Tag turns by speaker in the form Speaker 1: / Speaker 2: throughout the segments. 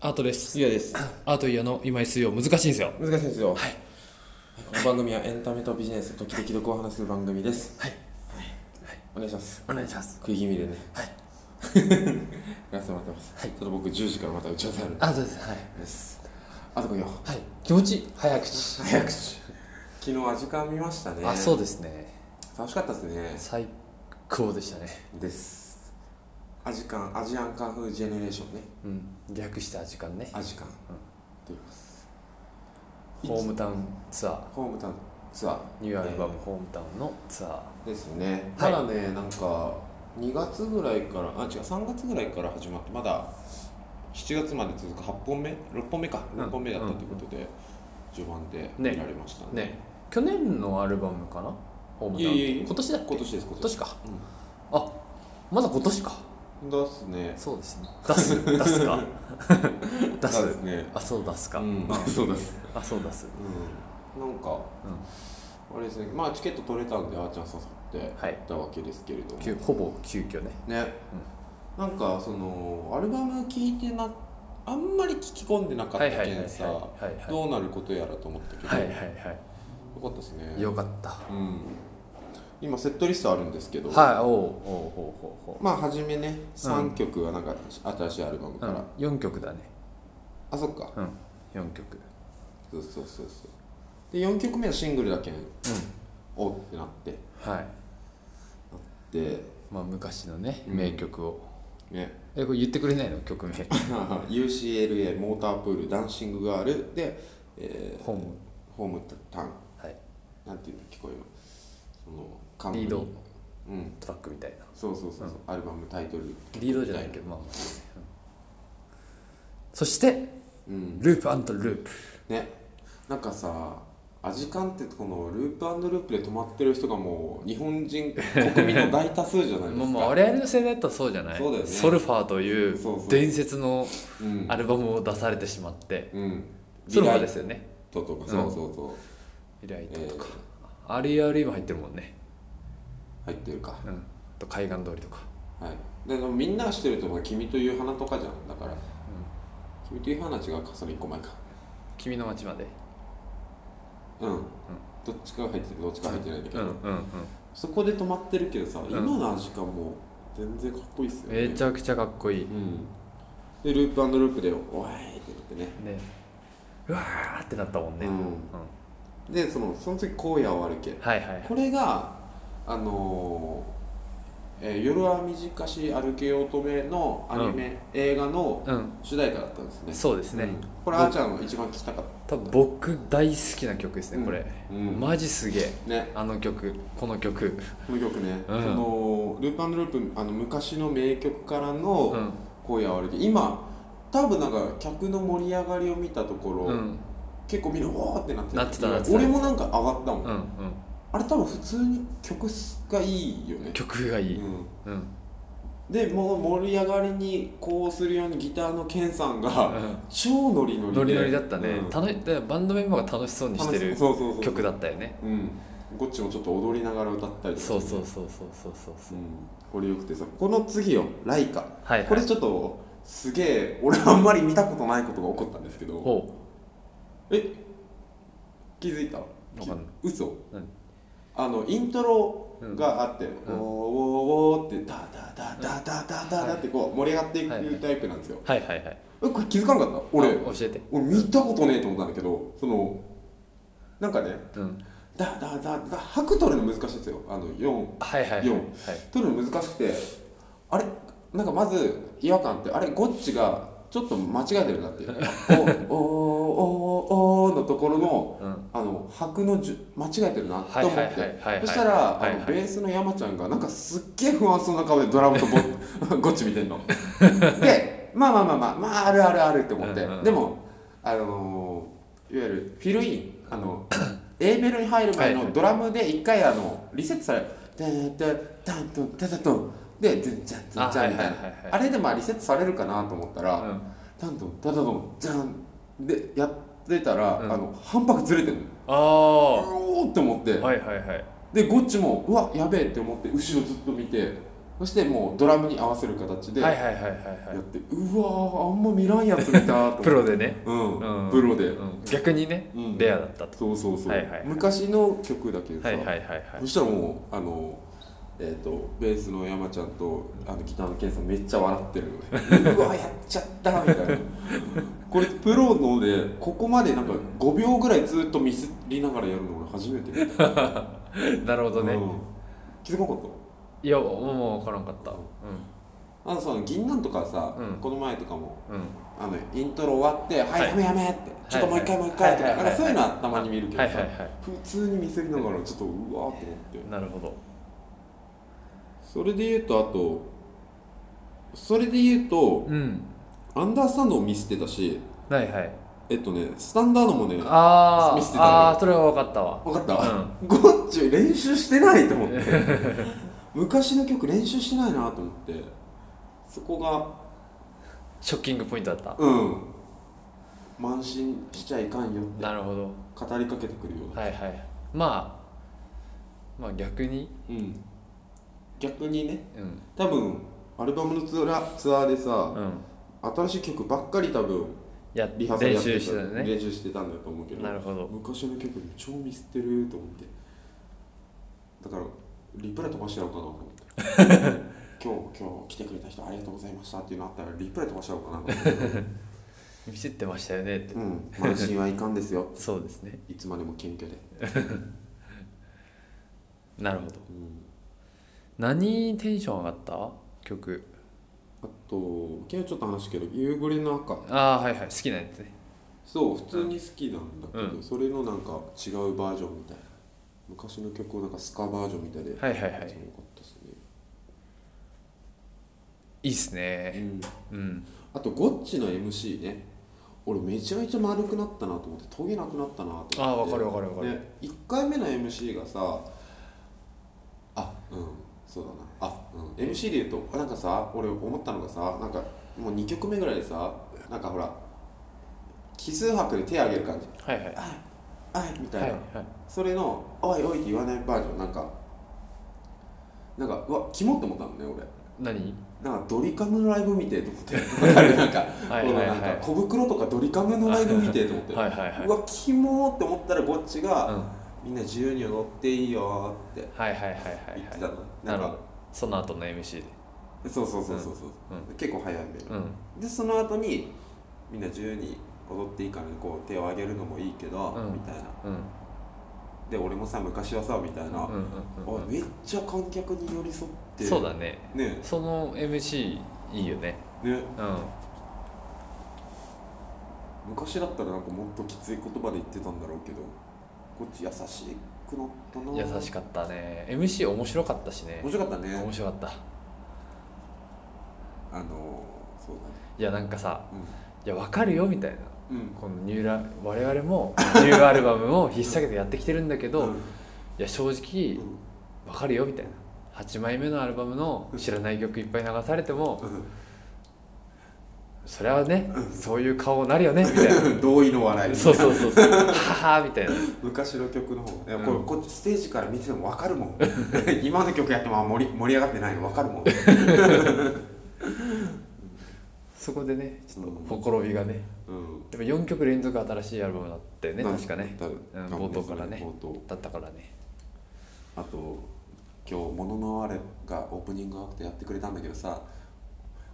Speaker 1: アートです
Speaker 2: ゆうやです
Speaker 1: アートイヤの今井水曜難しいんですよ
Speaker 2: 難しいですよ、この番組はエンタメとビジネス時々どこを話す番組ですはい、お願いします
Speaker 3: お願いします
Speaker 2: 食い気味でねはい やらせてもらってます、はい、ちょっと僕10時からまた打ち合わせあるんで
Speaker 3: あそうですはい
Speaker 2: ですあとこいよ
Speaker 3: はい気持ちいい早口
Speaker 2: 早口昨日アジカン見ましたね
Speaker 3: あそう
Speaker 2: う
Speaker 3: ですね
Speaker 2: 楽しかったですね
Speaker 3: 最高でしたね
Speaker 2: ですアジカンアジアンカン風ジェネレーションね
Speaker 3: うん略した時間ね
Speaker 2: アジカン、と言います
Speaker 3: ホームタウンツアー
Speaker 2: ホームタウンツアー
Speaker 3: ニューアルバム
Speaker 2: えー
Speaker 3: ホームタウンのツアー
Speaker 2: ですね、
Speaker 3: はい
Speaker 2: ただねなんか2月ぐらいからあ違う3月ぐらいから始まってまだ7月まで続く8本目6本目か
Speaker 3: うん
Speaker 2: 6本目だったということで、序盤で
Speaker 3: ね
Speaker 2: 見られましたね
Speaker 3: ね去年のアルバムかなホームタウン
Speaker 2: いやいやいや
Speaker 3: 今年だっけ
Speaker 2: 今年です今
Speaker 3: 今
Speaker 2: 年
Speaker 3: 年かあまだ今年か
Speaker 2: うん、だっすね
Speaker 3: そうですね 出す出すか出
Speaker 2: だっ
Speaker 3: す
Speaker 2: すね
Speaker 3: あそう出すか、
Speaker 2: うん、あそうです、
Speaker 3: あ そう出す
Speaker 2: うん、なんか、あれですねまあチケット取れたんであーちゃん誘って
Speaker 3: はい
Speaker 2: 行ったわけですけれども
Speaker 3: きゅほぼ急遽ね
Speaker 2: ね、なんかそのアルバム聴いてなあんまり聞き込んでなかったけんさ
Speaker 3: はいはいはいはいはい
Speaker 2: どうなることやらと思ったけど、
Speaker 3: はいは
Speaker 2: よ
Speaker 3: い
Speaker 2: かったですね
Speaker 3: はいよかった
Speaker 2: うん、今セットリストあるんですけど、
Speaker 3: はいおうおうほうほうほう
Speaker 2: まあ初めね3曲はなんか新しいアルバムから、
Speaker 3: うん、4曲だね
Speaker 2: あそっか
Speaker 3: うん4曲
Speaker 2: そうそうそうそうで4曲目はシングルだけん、おってなって
Speaker 3: はい
Speaker 2: で
Speaker 3: まあ昔のね
Speaker 2: うん
Speaker 3: 名曲を、
Speaker 2: ね
Speaker 3: えこれ言ってくれないの曲名
Speaker 2: UCLA モータープールダンシングガールで、えー
Speaker 3: ホーム
Speaker 2: ホームタウン
Speaker 3: はい
Speaker 2: なんていうの聞こえるのその冠
Speaker 3: リード
Speaker 2: うん
Speaker 3: トラックみたいな
Speaker 2: そうそうそうそう、アルバムタイトル
Speaker 3: リードじゃないけどまあまあ、うんそして
Speaker 2: うん
Speaker 3: ループループ
Speaker 2: ねなんかさアジカンってこのループループで止まってる人がもう日本人国民の大多数じゃないです
Speaker 3: ま
Speaker 2: か
Speaker 3: あまあ我々の世代だったらそうじゃない
Speaker 2: そうだよね
Speaker 3: ソルファーとい
Speaker 2: そうそう
Speaker 3: う伝説の
Speaker 2: うん
Speaker 3: アルバムを出されてしまって、
Speaker 2: うん
Speaker 3: ソルファーですよね
Speaker 2: リライトとか
Speaker 3: ん
Speaker 2: そうそうそう、
Speaker 3: リライト
Speaker 2: え
Speaker 3: とか、
Speaker 2: ー
Speaker 3: RERE も入ってるもんね
Speaker 2: 入ってるか
Speaker 3: うんと海岸通りとか
Speaker 2: はいででもみんなが知ってると思う君という花とかじゃんだから、君という花は違うかそれ1個前か
Speaker 3: 君の街まで
Speaker 2: うん、どっちかが入ってるどっちかが入ってないんだけ
Speaker 3: う
Speaker 2: ど、
Speaker 3: んうんうん
Speaker 2: そこで止まってるけどさ、
Speaker 3: ん
Speaker 2: 今のアジカンも全然かっこいいっすよ
Speaker 3: め
Speaker 2: ね
Speaker 3: ちゃくちゃかっこいい
Speaker 2: うんでループループで「おーい!」ってなってね
Speaker 3: ねうわーってなったもんね、
Speaker 2: うんでそのその次荒野を歩け
Speaker 3: はいはい
Speaker 2: これがあのーえー夜は短し歩けよ乙女」のアニメ、映画の
Speaker 3: うん
Speaker 2: 主題歌だったんですね
Speaker 3: そうですね、
Speaker 2: うんこれあーちゃんが一番聴きたかっ
Speaker 3: 多分僕大好きな曲ですねこれ、
Speaker 2: うん
Speaker 3: マジすげえ
Speaker 2: たね
Speaker 3: あの曲この曲
Speaker 2: この曲ね、
Speaker 3: うん
Speaker 2: そのループループあの昔の名曲から
Speaker 3: う
Speaker 2: の
Speaker 3: ん
Speaker 2: 「荒野を歩け」今多分なんか客の盛り上がりを見たところ、
Speaker 3: うん
Speaker 2: 結構みんなわーってなって
Speaker 3: なってたなってた
Speaker 2: 俺もなんか上がったもん、
Speaker 3: うん
Speaker 2: あれ多分普通に曲がいいよ
Speaker 3: う
Speaker 2: ね
Speaker 3: ん曲がいい、
Speaker 2: うん
Speaker 3: うん
Speaker 2: でもう盛り上がりにこうするようにギターのケンさんが、
Speaker 3: うん
Speaker 2: 超ノリノリで
Speaker 3: ノリノリだったね、
Speaker 2: うん
Speaker 3: 楽しだからバンドメンバーが楽しそうにしてる
Speaker 2: そうそうそう
Speaker 3: 曲だったよね
Speaker 2: うんゴッチもちょっと踊りながら歌ったりとか、
Speaker 3: そうそうそうそうそうそうそううん
Speaker 2: これよくてさこの次よ「ライカ」
Speaker 3: はいはい
Speaker 2: これちょっとすげえ俺あんまり見たことないことが起こったんですけど
Speaker 3: ほ
Speaker 2: え気づいた
Speaker 3: わかんない
Speaker 2: 嘘
Speaker 3: う、うん、
Speaker 2: あのイントロがあって「
Speaker 3: ん
Speaker 2: おーおーおー」って「ダダダダダダダダ」ってこう盛り上がってい
Speaker 3: はい
Speaker 2: くタイプなんですよ、
Speaker 3: はいはいはい
Speaker 2: えこれ気づかんかった俺
Speaker 3: あ教えて
Speaker 2: 俺見たことねえと思ったんだけどそのなんかね
Speaker 3: うん
Speaker 2: 「ダダダダ」拍取るの難しいですよあの4
Speaker 3: はいはいはい
Speaker 2: 四
Speaker 3: はい
Speaker 2: 取るの難しくてあれなんかまず違和感あってあれゴッチがちょっと間違えてるな っておおおーおーのところの、
Speaker 3: うん
Speaker 2: あの拍のじゅ間違えてるなと
Speaker 3: はい
Speaker 2: 思
Speaker 3: はい
Speaker 2: っ
Speaker 3: はい
Speaker 2: て
Speaker 3: はいはい
Speaker 2: そしたら
Speaker 3: は
Speaker 2: あ
Speaker 3: いはい
Speaker 2: のベースの山ちゃんがなんかすっげえ不安そうな顔でドラムとボ ゴッチ見てんの。でまあまあまあまあまああるあるあるって思って、
Speaker 3: うんうん
Speaker 2: でもあのーいわゆるフィルインあの A メロに入る前
Speaker 3: はいは
Speaker 2: の
Speaker 3: い
Speaker 2: ドラムで一回あのリセットされる「タンタンタントンタタトン」で「ズンチャンズンチャン」みた
Speaker 3: あは
Speaker 2: いな
Speaker 3: いはいはいはい
Speaker 2: あれでまあリセットされるかなと思ったら
Speaker 3: うん
Speaker 2: 「タントンタタトンジャン」でやってたら、
Speaker 3: うん
Speaker 2: あの反拍ずれてるの。
Speaker 3: ああ
Speaker 2: おーって思って
Speaker 3: はいはいはい
Speaker 2: でゴッチもうわやべえって思って後ろずっと見てそしてもうドラムに合わせる形で
Speaker 3: は
Speaker 2: や
Speaker 3: い
Speaker 2: っ
Speaker 3: はいはいはい
Speaker 2: て、
Speaker 3: は
Speaker 2: うわーあんま見らんやつ見た
Speaker 3: い
Speaker 2: と
Speaker 3: プロでね、
Speaker 2: うん
Speaker 3: うん
Speaker 2: プロで、
Speaker 3: うん逆にね、
Speaker 2: うん
Speaker 3: レアだったと
Speaker 2: そうそうそう、
Speaker 3: はいはいはい
Speaker 2: 昔の曲だけどさ、
Speaker 3: はいはいはいはい
Speaker 2: そしたらもうあのえー、とベースの山ちゃんとあのギターのケンさんめっちゃ笑ってる よねうわやっちゃったみたいなこれプロのでここまでなんか5秒ぐらいずっとミスりながらやるの俺初めて見た
Speaker 3: なるほどね、
Speaker 2: うん気づかなかった
Speaker 3: いやもう分からんかったうん
Speaker 2: あのさ銀杏とかさ、
Speaker 3: うん
Speaker 2: この前とかも
Speaker 3: うん
Speaker 2: あのイントロ終わって「はい、
Speaker 3: はい
Speaker 2: やめやめ」って、ちょっともう一回もう一回」とか、
Speaker 3: はいはい
Speaker 2: なんかそういうのはたまに見るけど
Speaker 3: は
Speaker 2: さ、
Speaker 3: いはいは
Speaker 2: 普通に見せりながらちょっとうわーと思って
Speaker 3: いなるほど
Speaker 2: それで言うとあとそれで言うと
Speaker 3: うん
Speaker 2: アンダースタンドを見せてたし
Speaker 3: はいはい
Speaker 2: えっとねスタンダードもね分か
Speaker 3: あー
Speaker 2: 見せてたのよ
Speaker 3: あーそれは分かったわ
Speaker 2: った、ゴッチ練習してないと思って 昔の曲練習してないなと思ってそこが
Speaker 3: ショッキングポイントだった
Speaker 2: うん慢心しちゃいかんよって
Speaker 3: なるほど
Speaker 2: 語りかけてくるような、
Speaker 3: はいはいまあまあ逆に
Speaker 2: うん逆にね
Speaker 3: うん
Speaker 2: 多分アルバムのツアーツアーでさ、
Speaker 3: うん
Speaker 2: 新しい曲ばっかり多分
Speaker 3: や
Speaker 2: リハーサル
Speaker 3: 練
Speaker 2: やっ
Speaker 3: 習
Speaker 2: てた
Speaker 3: してたよね
Speaker 2: 練習してたんだと思うけど
Speaker 3: なるほど
Speaker 2: 昔の曲超ミスってると思ってだからリプライ飛ばしてやろうかなと思って 今日今日来てくれた人ありがとうございましたっていうのあったらリプライ飛ばしてやろうかなと思って
Speaker 3: 見せてましたよねって
Speaker 2: うん慢心はいかんですよ
Speaker 3: そうですね
Speaker 2: いつまでも謙虚で、
Speaker 3: なるほど
Speaker 2: うん、
Speaker 3: 何テンション上がった曲
Speaker 2: あと昨日ちょっと話したけど「夕暮れの赤
Speaker 3: ああはいはい好きなやつね」
Speaker 2: そう普通に好きなんだけど、
Speaker 3: う
Speaker 2: それのなんか違うバージョンみたいな昔の曲をなんかスカバージョンみたいで
Speaker 3: はいはいは
Speaker 2: めっ
Speaker 3: い
Speaker 2: ちゃ良かったですね、
Speaker 3: いいっすね
Speaker 2: うん
Speaker 3: うん
Speaker 2: あとゴッチの MC ね俺めちゃめちゃ丸くなったなと思ってトゲなくなったなと思って
Speaker 3: ああわかるわかるわかる
Speaker 2: ね、1回目の MC がさあうんそうだなあ、うん、MC で言うとなんかさ俺思ったのがさなんかもう2曲目ぐらいでさなんかほら奇数拍で手上げる感じ
Speaker 3: はいはいは
Speaker 2: 「あい」みたい
Speaker 3: い
Speaker 2: な、
Speaker 3: はい
Speaker 2: それの「おいおい」って言わないバージョンなんかなんかうわキモって思ったのね俺
Speaker 3: 何
Speaker 2: なんかドリカムのライブ見てえと 思ってわかるなんか
Speaker 3: はい
Speaker 2: この
Speaker 3: はい
Speaker 2: な
Speaker 3: は
Speaker 2: ん
Speaker 3: い
Speaker 2: か小袋とかドリカムのライブ見てえと思って、
Speaker 3: はいはいはいう
Speaker 2: わキモーって思ったらゴッチが、
Speaker 3: うん
Speaker 2: みんな自由に踊っていいよーって
Speaker 3: はいはいはいはい
Speaker 2: 言って
Speaker 3: は
Speaker 2: た
Speaker 3: い
Speaker 2: の、
Speaker 3: な
Speaker 2: なん
Speaker 3: るほ
Speaker 2: か
Speaker 3: どその後の MC で
Speaker 2: そうそうそうそうそう、
Speaker 3: うん
Speaker 2: 結構早め
Speaker 3: う
Speaker 2: の、
Speaker 3: ん
Speaker 2: でその後にみんな自由に踊っていいからこう手を上げるのもいいけど、
Speaker 3: うん
Speaker 2: みたいな
Speaker 3: うん
Speaker 2: で俺もさ昔はさみたいな、
Speaker 3: うんうんうん
Speaker 2: おいめっちゃ観客に寄り添って
Speaker 3: そうだね
Speaker 2: ね
Speaker 3: その MC いいよね
Speaker 2: ね
Speaker 3: うん
Speaker 2: 昔だったらなんかもっときつい言葉で言ってたんだろうけどこっち優しくなったな
Speaker 3: 優しかったね MC 面白かったしね
Speaker 2: 面白かったね
Speaker 3: 面白かった
Speaker 2: あのーそう
Speaker 3: いやなんかさ
Speaker 2: だね
Speaker 3: いやわかるよみたいな
Speaker 2: うんうん
Speaker 3: このニューラ我々もニューアルバムを引っ提げてやってきてるんだけど、
Speaker 2: うん
Speaker 3: いや正直わかるよみたいな8枚目のアルバムの知らない曲いっぱい流されてもそれはねそういう顔になるよねみたいな
Speaker 2: うん 同意の笑い
Speaker 3: そうそうそうそうははみたいな
Speaker 2: 昔の曲の方が、ね
Speaker 3: うん
Speaker 2: これこっちステージから見てても分かるもん 今の曲やってもあ盛り盛り上がってないの分かるもん
Speaker 3: そこでねちょっと
Speaker 2: うん
Speaker 3: ほころびがね
Speaker 2: うん
Speaker 3: でも4曲連続新しいアルバムだったよね
Speaker 2: まあ
Speaker 3: 確かね
Speaker 2: だ
Speaker 3: うん冒頭からね
Speaker 2: 冒頭
Speaker 3: だったからね
Speaker 2: あと今日「もののあれ」がオープニングアクトやってくれたんだけどさ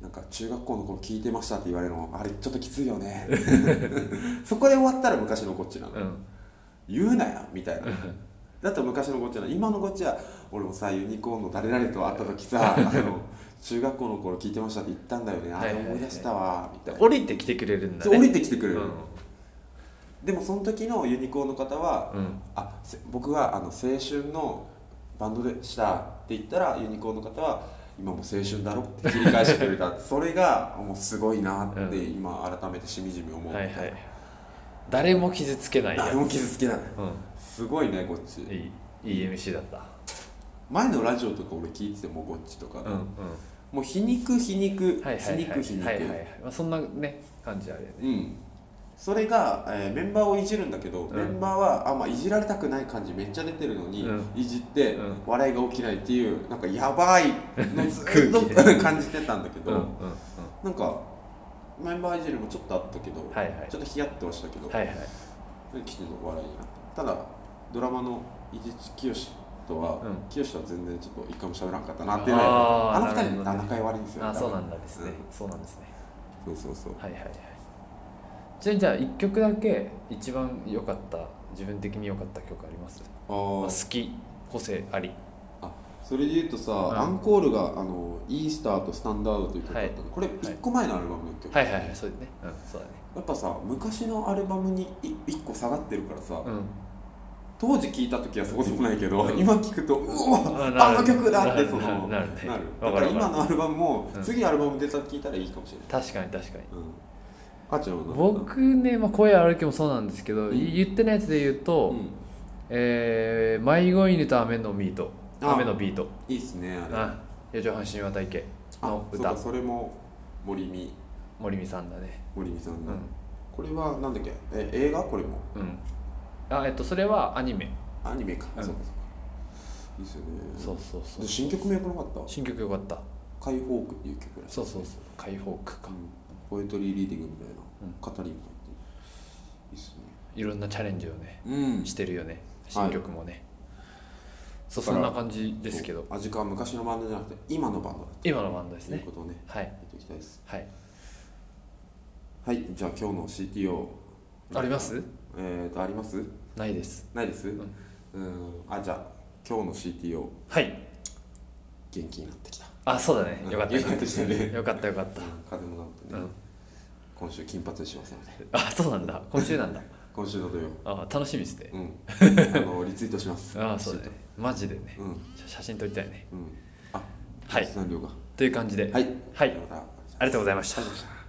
Speaker 2: なんか中学校の頃聞いてましたって言われるのあれちょっときついよね そこで終わったら昔のこっちなの、
Speaker 3: うん
Speaker 2: 言うなよ みたいなだと昔のこっちなの今のこっちは俺もさユニコーンの誰々と会った時 さあの中学校の頃聞いてましたって言ったんだよねあれ思い出したわみたいな
Speaker 3: 降りてきてくれるんだ
Speaker 2: そう
Speaker 3: ね
Speaker 2: 降りてきてくれる、
Speaker 3: うん
Speaker 2: でもその時のユニコーンの方は、
Speaker 3: うん
Speaker 2: あせ僕はあの青春のバンドでしたって言ったらユニコーンの方は今もう青春だろって切り返してく れたそれがもうすごいなって
Speaker 3: う
Speaker 2: 今改めてしみじみ思う、
Speaker 3: はいはい誰も傷つけないや
Speaker 2: 誰も傷つけない
Speaker 3: うん
Speaker 2: すごいねこっち
Speaker 3: いいいい MC だった
Speaker 2: 前のラジオとか俺聞いててもこっちとか、
Speaker 3: うんうん
Speaker 2: もう皮肉皮肉、
Speaker 3: はいはいはい
Speaker 2: 皮肉皮肉、
Speaker 3: はいはいはいまあそんなね感じあるよね
Speaker 2: うんそれが、えーメンバーをいじるんだけど、
Speaker 3: うん
Speaker 2: メンバーはあ、まあ、いじられたくない感じめっちゃ出てるのに、
Speaker 3: うん
Speaker 2: いじって、
Speaker 3: うん
Speaker 2: 笑いが起きないっていうなんかやばい のずっと
Speaker 3: 空
Speaker 2: 感じてたんだけど、
Speaker 3: うんうんうん
Speaker 2: なんかメンバーいじりもちょっとあったけど、
Speaker 3: はいはい
Speaker 2: ちょっとヒヤッとはしたけど、
Speaker 3: はいはい
Speaker 2: 吉の笑いになったただドラマの伊地知清とは、
Speaker 3: うん
Speaker 2: 清とは全然ちょっと一回も喋らんかったなっていうのは
Speaker 3: あー
Speaker 2: あの二
Speaker 3: なる
Speaker 2: 人
Speaker 3: ほどね
Speaker 2: 仲良い悪いんですよ
Speaker 3: あそうなん
Speaker 2: だ
Speaker 3: だですね、そうなんですね
Speaker 2: そうそうそう
Speaker 3: はいはいはいちなみにじゃあ1曲だけ一番良かった自分的に良かった曲あります
Speaker 2: あ
Speaker 3: 好
Speaker 2: あ
Speaker 3: き個性あり
Speaker 2: それで言うとさ、
Speaker 3: ん
Speaker 2: アンコールがあの「イースターとスタンダード」という曲だったの、
Speaker 3: はい
Speaker 2: これ一個前のアルバムの曲、
Speaker 3: はいはいはいそうだねうんそうだね
Speaker 2: やっぱさ昔のアルバムにい一個下がってるからさ、
Speaker 3: うん
Speaker 2: 当時聴いた時はそうでもないけど、
Speaker 3: うん
Speaker 2: 今聴くと「うわ
Speaker 3: あ
Speaker 2: あ
Speaker 3: なる
Speaker 2: の曲だ!」って
Speaker 3: なる
Speaker 2: その
Speaker 3: なるね
Speaker 2: なるだ
Speaker 3: わ
Speaker 2: か
Speaker 3: からるわかる
Speaker 2: 今のアルバムも、
Speaker 3: うん
Speaker 2: 次アルバム出たら聴いたらいいかもしれない
Speaker 3: 確かに確かに
Speaker 2: あちゃんは
Speaker 3: 僕ね、まあ、声歩きもそうなんですけど、
Speaker 2: うん
Speaker 3: 言ってないやつで言うと、
Speaker 2: うん、
Speaker 3: えー、迷子犬と雨のビート
Speaker 2: あ
Speaker 3: 雨のビート
Speaker 2: いいっすねあれあ
Speaker 3: あ四畳半神話体系の
Speaker 2: そうか
Speaker 3: 歌
Speaker 2: それも森美
Speaker 3: 森美さんだね
Speaker 2: 森美さ
Speaker 3: う
Speaker 2: んの、
Speaker 3: ん
Speaker 2: これはなんだっけえ映画これも
Speaker 3: うんあえっとそれはアニメ
Speaker 2: アニメか、
Speaker 3: うん
Speaker 2: そうかそうかいいっすよね
Speaker 3: そうそうそう
Speaker 2: で新曲もよくなかった
Speaker 3: 新曲よかった
Speaker 2: 「解放区」っていう曲らしい
Speaker 3: そうそうそう解放区か
Speaker 2: うんポエトリーリーディングみたいな、語りも入ってるいいっすね
Speaker 3: いろんなチャレンジをね
Speaker 2: うん
Speaker 3: してるよね
Speaker 2: は
Speaker 3: 新
Speaker 2: い
Speaker 3: 曲もね、そう
Speaker 2: だ
Speaker 3: そ
Speaker 2: か
Speaker 3: ん
Speaker 2: ら
Speaker 3: な感じですけど
Speaker 2: 味は昔のバンドじゃなくて今のバンドだ
Speaker 3: 今のバンドです
Speaker 2: という
Speaker 3: ね
Speaker 2: ことをね
Speaker 3: はい
Speaker 2: 言っていきたいです
Speaker 3: はい
Speaker 2: はいじゃあ今日の CTO
Speaker 3: あります
Speaker 2: えーとあります
Speaker 3: ないです
Speaker 2: ないですうんあじゃあ今日の CTO
Speaker 3: はい
Speaker 2: 元気になってきた
Speaker 3: あそうだねよかったよ
Speaker 2: う
Speaker 3: かっ
Speaker 2: ん元気になってきたね
Speaker 3: たよかったよかった
Speaker 2: 風もなくてね、
Speaker 3: うん
Speaker 2: 今週金髪にしますので
Speaker 3: あそうなんだ今週なんだ
Speaker 2: 今週の土曜
Speaker 3: あ楽しみですね
Speaker 2: うん あのリツイートします
Speaker 3: あそうだねマジでね
Speaker 2: うんうん
Speaker 3: 写写真撮りたいね
Speaker 2: あ
Speaker 3: はい
Speaker 2: 決断量が
Speaker 3: という感じで
Speaker 2: はい
Speaker 3: はい
Speaker 2: じゃあまた
Speaker 3: ありがとうございました
Speaker 2: ありがとうございました